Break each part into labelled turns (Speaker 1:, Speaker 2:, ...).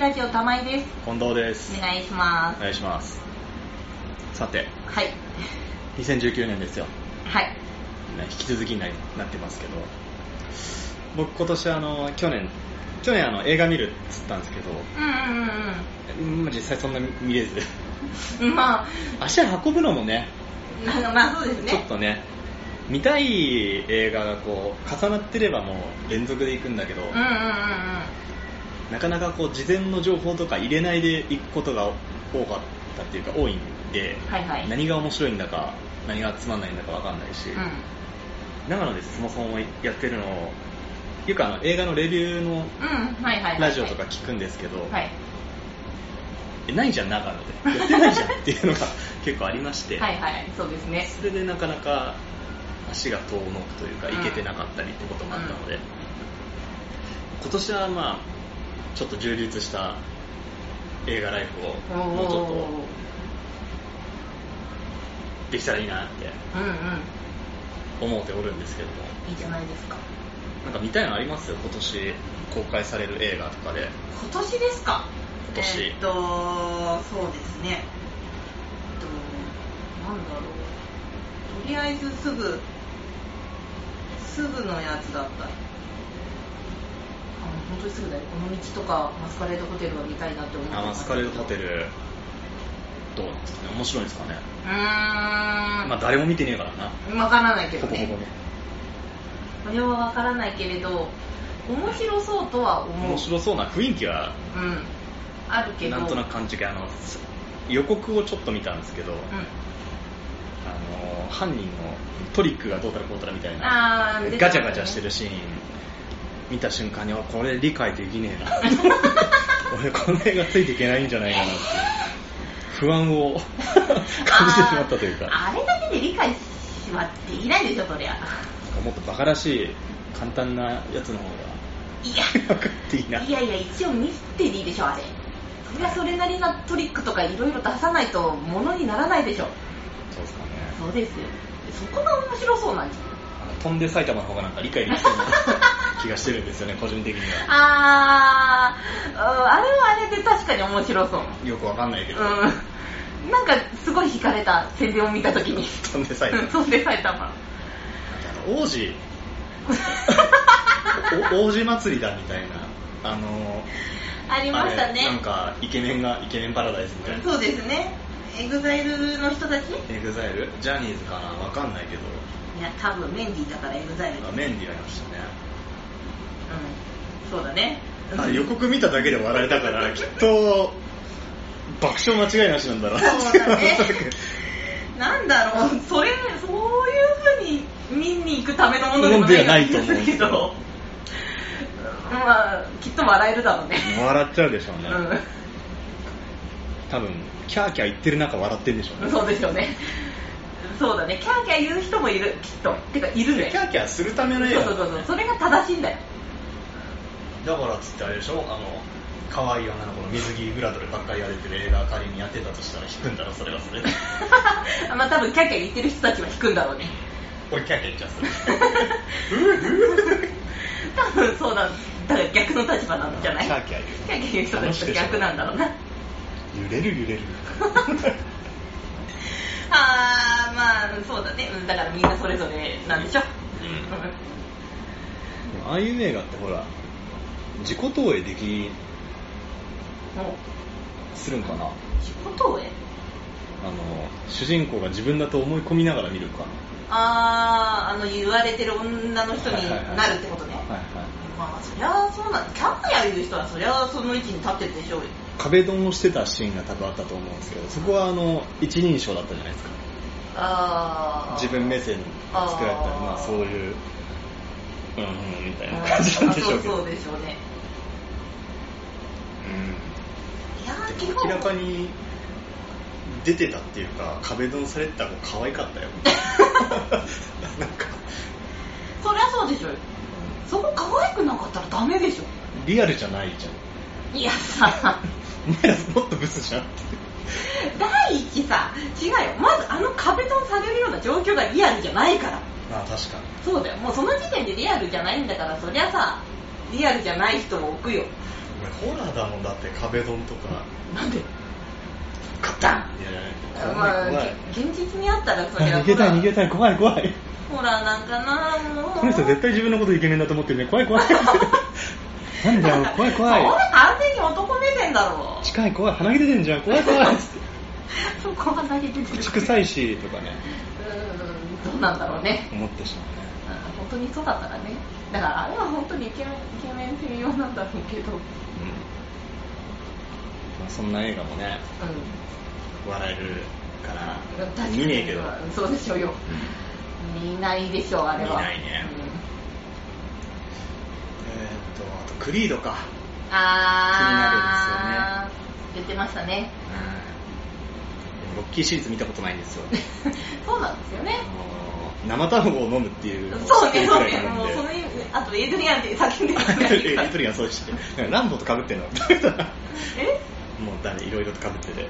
Speaker 1: ラジオ玉井です。
Speaker 2: 近藤です
Speaker 1: お願いしま
Speaker 2: お
Speaker 1: す。
Speaker 2: 願いしますさて
Speaker 1: はい。
Speaker 2: 2019年ですよ、ね、
Speaker 1: はい。
Speaker 2: 引き続きになりなってますけど僕今年あの去年去年あの映画見るっつったんですけど
Speaker 1: うんうん
Speaker 2: うん実際そんな見れず
Speaker 1: うんうん。まあ、
Speaker 2: 足運ぶのもね
Speaker 1: なんかまあそうですね。
Speaker 2: ちょっとね見たい映画がこう重なってればもう連続で行くんだけど、
Speaker 1: うんうんうんうん。
Speaker 2: なかなかこう事前の情報とか入れないで行くことが多かったっていうか多いんで、
Speaker 1: はいはい。
Speaker 2: 何が面白いんだか何がつまんないんだか分かんないし、
Speaker 1: う
Speaker 2: 長野でそもそもやってるのをよくあの映画のレビューの
Speaker 1: ん。うん。はいはいはいはい。
Speaker 2: ラジオとか聞くんですけど、
Speaker 1: はい。
Speaker 2: えないじゃん長野でやってないじゃんっていうのが結構ありまして、
Speaker 1: はいはい。そうですね。
Speaker 2: それでなかなか足が遠のくというか
Speaker 1: うん
Speaker 2: 行けてなかったりってこともあったので、今年はまあちょっと充実した映画ライフ
Speaker 1: お
Speaker 2: を
Speaker 1: ー
Speaker 2: もうちょっとできたらいいなって
Speaker 1: うんうん。
Speaker 2: 思うておるんですけども
Speaker 1: いいじゃないですか。
Speaker 2: なんか見たいのあります今年公開される映画とかで
Speaker 1: 今年ですか
Speaker 2: 今年
Speaker 1: えーっと、そうですね。えっと、なんだろう。とりあえずすぐ、すぐのやつだった。あの本当にすぐだよ。この道とかマスカレードホテルは見たいなって思って
Speaker 2: あマスカレードホテルどうなんですかね面白いんですかね
Speaker 1: うーん。
Speaker 2: まあ誰も見てねえからな
Speaker 1: わからないけど
Speaker 2: ほぼほ
Speaker 1: ね
Speaker 2: ぼ。ね
Speaker 1: これはわからないけれど、面白そうとは思う。
Speaker 2: 面白そうな雰囲気は
Speaker 1: うん。あるけど。
Speaker 2: なんとなく感じるけどあの予告をちょっと見たんですけど、
Speaker 1: う
Speaker 2: あの犯人のトリックがどうたらこうたらみたい
Speaker 1: ん。
Speaker 2: な
Speaker 1: あー、出た
Speaker 2: ガチャガチャしてるシーン見た瞬間にあこれ理解できね えな俺この映画ついていけないんじゃないかなって不安を 感じてしまったというか
Speaker 1: あーあれだけで理解しはできないでしょそりゃ
Speaker 2: なんかもっとバカらしい簡単なやつの方
Speaker 1: いや
Speaker 2: が分かって いいない
Speaker 1: やいや一応ミステリーでしょあれそりゃそれなりなトリックとかいろいろ出さないとものにならないでしょ
Speaker 2: そうですかね
Speaker 1: そうですよそこが面白そうなんですよ
Speaker 2: なんか飛んで埼玉の方がなんか理解できそう な気がしてるんですよね個人的には
Speaker 1: あーうんあれはあれで確かに面白そう
Speaker 2: よくわかんないけど、
Speaker 1: うんなんかすごい惹かれた宣伝を見た時に
Speaker 2: 飛んで埼玉
Speaker 1: うんそんで埼玉
Speaker 2: あの 王子お王子祭りだみたいなあの
Speaker 1: ありましたね
Speaker 2: あれなんかイケメンがイケメンパラダイスみたいな
Speaker 1: そうですねエグザイルの人たち
Speaker 2: エグザイルジャニーズかなわかんないけど
Speaker 1: いや多分メンディーだからエグザイル
Speaker 2: あメンディーありましたね
Speaker 1: うんそうだね
Speaker 2: あ予告見ただけで笑え たからきっと爆笑間違いなしなんだろうな
Speaker 1: そうだ ね なんだろうそれそういうふうに見に行くためのもの
Speaker 2: ものではないと思う
Speaker 1: でもない気がするけどまあきっと笑えるだろうね
Speaker 2: 笑っちゃうでしょうね、
Speaker 1: う
Speaker 2: 多分キャーキャー言ってる中笑ってんでしょう
Speaker 1: ん
Speaker 2: ね
Speaker 1: そうですよねそうだねキャーキャー言う人もいるきっとてかいるね
Speaker 2: キャーキャーするため
Speaker 1: そ
Speaker 2: の
Speaker 1: う
Speaker 2: 映画
Speaker 1: そうそうそうそれが正しいんだよ
Speaker 2: だからっつってあれでしょあの可愛い女の子の水着グラドルばっかりが出てる映画仮にやってたとしたら引くんだろそれはそれで
Speaker 1: まあ多分キャーキャー言ってる人たちは引くんだろうね
Speaker 2: 俺キャーキャー言っち ゃう
Speaker 1: 多分そうだだから逆の立場なんじゃない
Speaker 2: キャーキャー
Speaker 1: キャ
Speaker 2: 言
Speaker 1: ー
Speaker 2: う
Speaker 1: キャー言う人たちと逆なんだろうな
Speaker 2: 揺れる揺れる
Speaker 1: あーまあそうだねうんだからみんなそれぞれなんでしょ、
Speaker 2: う
Speaker 1: うん
Speaker 2: ん ああいう映画ってほら自己投影でき
Speaker 1: もう
Speaker 2: するんかな
Speaker 1: 自己投影
Speaker 2: あの主人公が自分だと思い込みながら見るか
Speaker 1: あああの言われてる女の人になるってことね、
Speaker 2: はいはい
Speaker 1: まあそりゃそうなんキャッキャ言う人はそりゃその位置に立ってるでしょうよ
Speaker 2: 壁ドンをしてたシーンが多分あったと思うんですけどそこはあの一人称だったじゃないですか
Speaker 1: ああ
Speaker 2: 自分目線で作られたら
Speaker 1: あー
Speaker 2: まあそういううんうんみたいな感じなんでしょうけ
Speaker 1: あそ
Speaker 2: ど
Speaker 1: うそうでしょうね
Speaker 2: う
Speaker 1: いやー
Speaker 2: んで
Speaker 1: 基
Speaker 2: も
Speaker 1: 本
Speaker 2: 明らかに出てたっていうか壁ドンされてた子可愛かったよ なんか
Speaker 1: そりゃそうでしょうよそこ可愛くなかったらダメでしょ
Speaker 2: リアルじゃないじゃん
Speaker 1: いやさ
Speaker 2: お前らもっとブスじゃんって
Speaker 1: 第一さ違うよまずあの壁ドンされるような状況がリアルじゃないから
Speaker 2: まあ確かに
Speaker 1: そうだよもうその時点でリアルじゃないんだからそりゃさリアルじゃない人を置くよ
Speaker 2: ホラーだもんだって壁ドンとか
Speaker 1: なんで勝った
Speaker 2: いやいや
Speaker 1: まあ
Speaker 2: 怖い怖い
Speaker 1: げ現実にあったらそれは
Speaker 2: 逃げたい逃げ
Speaker 1: い
Speaker 2: たい怖い怖い
Speaker 1: ホラーなんかなもう
Speaker 2: この人絶対自分のことイケメンだと思ってるね怖い怖い なんだよ怖い 怖い
Speaker 1: それ完全に男目線だろ
Speaker 2: 近い怖い鼻毛出てんじゃん怖い怖い
Speaker 1: そこはだけ出てる
Speaker 2: 口臭いしとかね
Speaker 1: うーんどうなんだろうね
Speaker 2: 思ってしまうね
Speaker 1: あ本当にそうだったらねだからあれは本当にイケメンイケメン専用なんだろうけどうん
Speaker 2: うんまあ、そんな映画もね笑えるから
Speaker 1: 確かに
Speaker 2: 見ねえけど
Speaker 1: そうでしょうよ見ないでしょうあれは
Speaker 2: 見ないねえーっとあとクリードか
Speaker 1: うん、ああ言ってましたね
Speaker 2: うんロッキーシリーズ見たことないんですよ
Speaker 1: そうなんですよね
Speaker 2: あの生卵を飲むっていうのを
Speaker 1: そう
Speaker 2: 知って
Speaker 1: ね
Speaker 2: る
Speaker 1: そう
Speaker 2: くら
Speaker 1: ね
Speaker 2: いな
Speaker 1: も
Speaker 2: ん
Speaker 1: う
Speaker 2: で
Speaker 1: その意味あとエイドリアンって叫んでるじゃないです
Speaker 2: エ
Speaker 1: か
Speaker 2: イトリアンそうでしてランボーとかぶってんの
Speaker 1: え
Speaker 2: もうだねいろいろとかぶってて、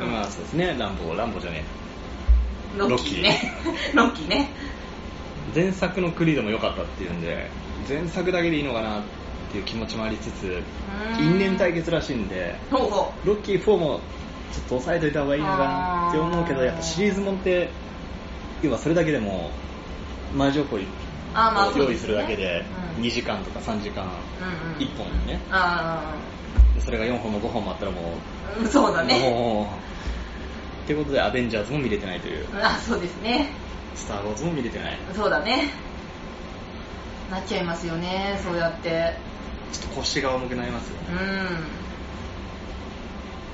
Speaker 1: うん
Speaker 2: まあそうですねランボーランボーじゃね
Speaker 1: ロッキーねロッキーね
Speaker 2: え前作のクリードも良かったっていうんで前作だけでいいのかなっていう気持ちもありつつ
Speaker 1: ーん
Speaker 2: 因縁対決らしいんで
Speaker 1: ほうほ
Speaker 2: ロッキー4もちょっと抑えといた方がいいのかなって思うけど
Speaker 1: あー
Speaker 2: やっぱシリーズもんって要はそれだけでも前情報を
Speaker 1: うあーまあそう
Speaker 2: 用
Speaker 1: で
Speaker 2: 意
Speaker 1: ね
Speaker 2: するだけで
Speaker 1: うん
Speaker 2: 2時間とか3時間
Speaker 1: うんうん
Speaker 2: 1本にね
Speaker 1: あ
Speaker 2: それが4本も5本もあったらもう
Speaker 1: あうんそうだね
Speaker 2: もうってことでアベンジャーズも見れてないという
Speaker 1: あそうですね
Speaker 2: スター・ウォーズも見れてない
Speaker 1: そうだねなっちゃいますよねそうやって
Speaker 2: ちょっと腰が重くなりますよ
Speaker 1: うん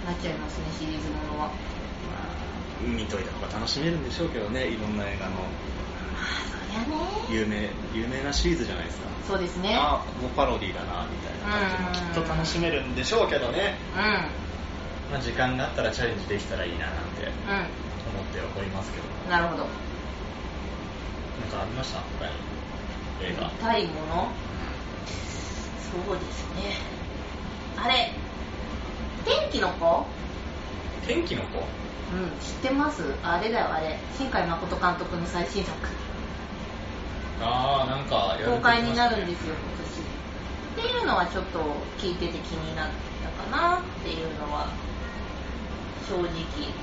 Speaker 1: なっちゃいますねシリーズものは
Speaker 2: まあ見といた方が楽しめるんでしょうけどねいろんな映画の
Speaker 1: そりゃね
Speaker 2: 有名有名なシリーズじゃないですか
Speaker 1: そうですね
Speaker 2: あもうパロディーだなみたいな感じもきっと楽しめるんでしょうけどね、
Speaker 1: う
Speaker 2: まあ、時間があったらチャレンジできたらいいななんて
Speaker 1: ん
Speaker 2: 思っておりますけど
Speaker 1: うんなるほど
Speaker 2: なんかありました他に映画
Speaker 1: 見たいものそうですねあれ天気の子
Speaker 2: 天気の子
Speaker 1: うん知ってますあれだよあれ新海誠監督の最新作
Speaker 2: ああなんか
Speaker 1: 公開になるんですよ今年っていうのはちょっと聞いてて気になったかなっていうのは正直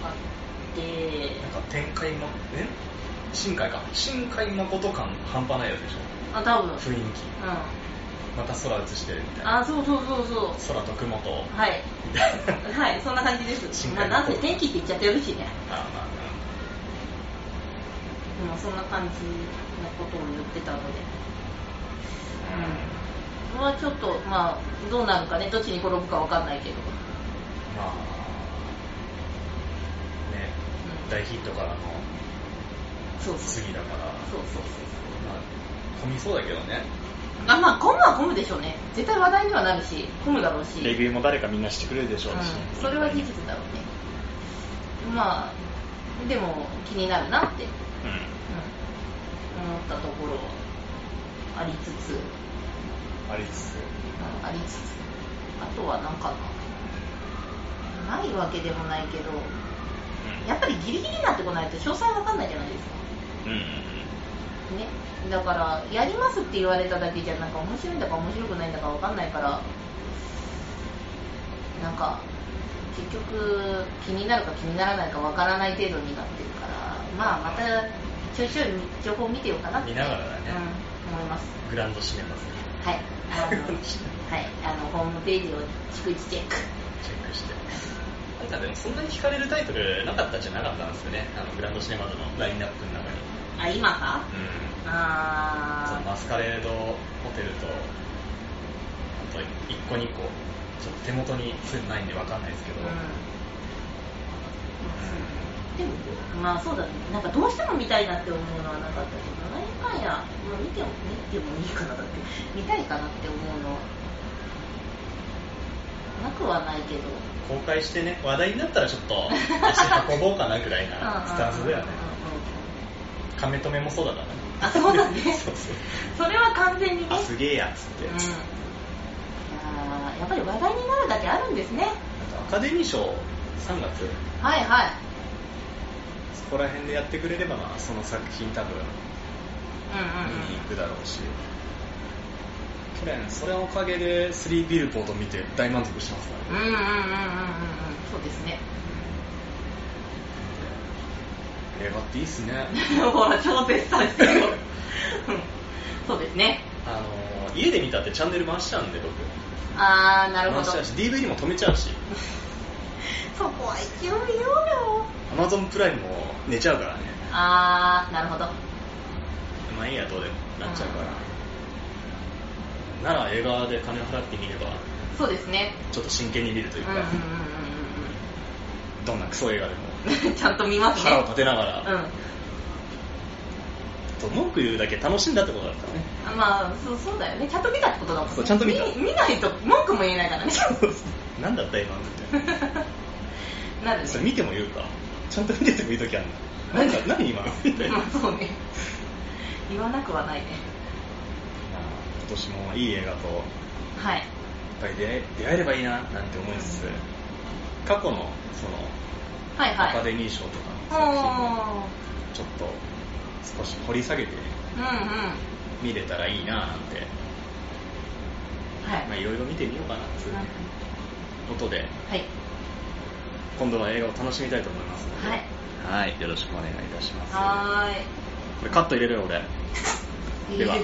Speaker 1: あって
Speaker 2: なんか展開も、え新海か。新海誠感半端ないやつでし
Speaker 1: あ多分
Speaker 2: ょ。
Speaker 1: うん
Speaker 2: 雰囲気。また空映してるみたいな。
Speaker 1: あそうそうそうそう
Speaker 2: 空と雲 と。
Speaker 1: はい
Speaker 2: みたいな
Speaker 1: はいそんな感じです
Speaker 2: 新
Speaker 1: まあ
Speaker 2: 海
Speaker 1: な
Speaker 2: 誠
Speaker 1: んせ天気って言っちゃってるしね
Speaker 2: あーまあ
Speaker 1: でもそんな感じのことを言ってたので
Speaker 2: う
Speaker 1: こ
Speaker 2: ん
Speaker 1: れはちょっとまあどうなるかねどっちに転ぶかわかんないけど、
Speaker 2: まあ、ね、
Speaker 1: うん
Speaker 2: 大ヒットからの
Speaker 1: そうそうそう
Speaker 2: 次だから、ま
Speaker 1: そうそう
Speaker 2: あ、混みそうだけどね。
Speaker 1: あまあ混むは混むでしょうね絶対話題にはなるし混むだろうし
Speaker 2: レビューも誰かみんなしてくれるでしょうし。
Speaker 1: うん、それは事実だろうねまあでも気になるなって、うん、
Speaker 2: うん。
Speaker 1: 思ったところはありつつ、
Speaker 2: ありつつ。
Speaker 1: うんありつつあとは何かなないわけでもないけどやっぱりギリギリになってこないと詳細わかんないじゃないですか
Speaker 2: うん。うん。
Speaker 1: ね、だからやりますって言われただけじゃなんか面白いんだか面白くないんだかわかんないからなんか結局気になるか気にならないかわからない程度になってるからまあまたちょいちょい情報見てようかなって
Speaker 2: 見ながらだね
Speaker 1: うん、思います
Speaker 2: グランド閉めますね。
Speaker 1: はい あの
Speaker 2: グランド閉めます
Speaker 1: はいあのホームページを逐一チェック
Speaker 2: チェックして。なんかでもそんなに惹かれるタイトルなかったんじゃなかったんですよね。あのグランドシネマズのラインナップの中に。
Speaker 1: あ今か
Speaker 2: うん。その
Speaker 1: あ
Speaker 2: マスカレードホテルと、あと一個二個、ちょっと手元にすぐないんでわかんないですけ
Speaker 1: ー
Speaker 2: ど、
Speaker 1: うんでもまあそうだねなんかどうしても見たいなって思うのはなかったけど何回や、まあ、見ても見てもいいかなだって 見たいかなって思うのはなくはないけど
Speaker 2: 公開してね、話題になったらちょっと足運ぼうかなぐらいなスタンスだよね。カメ止めもそうだからね。
Speaker 1: あそうだね
Speaker 2: そうそう。
Speaker 1: それは完全にね
Speaker 2: あ、すげえやっつって。
Speaker 1: うんい
Speaker 2: なんか
Speaker 1: やーやっぱり話題になるだけあるんですね
Speaker 2: アカデミー賞3月
Speaker 1: はいはい
Speaker 2: そこら辺でやってくれれば、まあ、その作品多分
Speaker 1: うんうん
Speaker 2: 見に行くだろうし、去年それのおかげで3ビルボード見て大満足してますから
Speaker 1: うんうんうんうんうんうんそうですね
Speaker 2: 映画っていいっすね
Speaker 1: ほら超絶賛してるようんそうですね
Speaker 2: あの家で見たってチャンネル回しちゃうんで僕
Speaker 1: ああなるほど
Speaker 2: 回しちゃう
Speaker 1: そ
Speaker 2: し DVD も止めちゃうし
Speaker 1: こは一応言おうよ
Speaker 2: Amazon プライムも寝ちゃうからね
Speaker 1: ああなるほど
Speaker 2: まあいいやどうでもなっちゃうから、なら映画で金払ってみれば
Speaker 1: そうですね
Speaker 2: ちょっと真剣に見ると
Speaker 1: う
Speaker 2: い
Speaker 1: ん
Speaker 2: う
Speaker 1: うん
Speaker 2: か、
Speaker 1: うん
Speaker 2: どんなクソ映画でも
Speaker 1: うん うんちゃんと見ますね
Speaker 2: 腹を立てながら、
Speaker 1: うん
Speaker 2: と文句言うだけ楽しんだってことだったね
Speaker 1: あまあそうそうだよねちゃんと見たってことだもんね
Speaker 2: そうちゃんと見た
Speaker 1: 見見ないと文句も言えないからね
Speaker 2: なんだった今のみたい
Speaker 1: なる
Speaker 2: な
Speaker 1: ね
Speaker 2: それ見ても言うかちゃんと見てても言う時あるのなんか何今のみたいな
Speaker 1: まあ そうね言わなくはないね
Speaker 2: 今年もいい映画といっ
Speaker 1: はい
Speaker 2: ぱい出会え出会えればいいななんて思いつつ過去のその
Speaker 1: はい
Speaker 2: アカ
Speaker 1: はい
Speaker 2: デミー賞とかの
Speaker 1: お
Speaker 2: 作品を
Speaker 1: ー
Speaker 2: ちょっと少し掘り下げて
Speaker 1: うんうん
Speaker 2: 見れたらいいななんて
Speaker 1: はい、
Speaker 2: まあいろいろ見てみようかなっていうことで
Speaker 1: はい
Speaker 2: 今度は映画を楽しみたいと思いますので
Speaker 1: はい
Speaker 2: はいよろしくお願いいたします
Speaker 1: は
Speaker 2: これカット入れるよ俺
Speaker 1: ーい
Speaker 2: では
Speaker 1: いい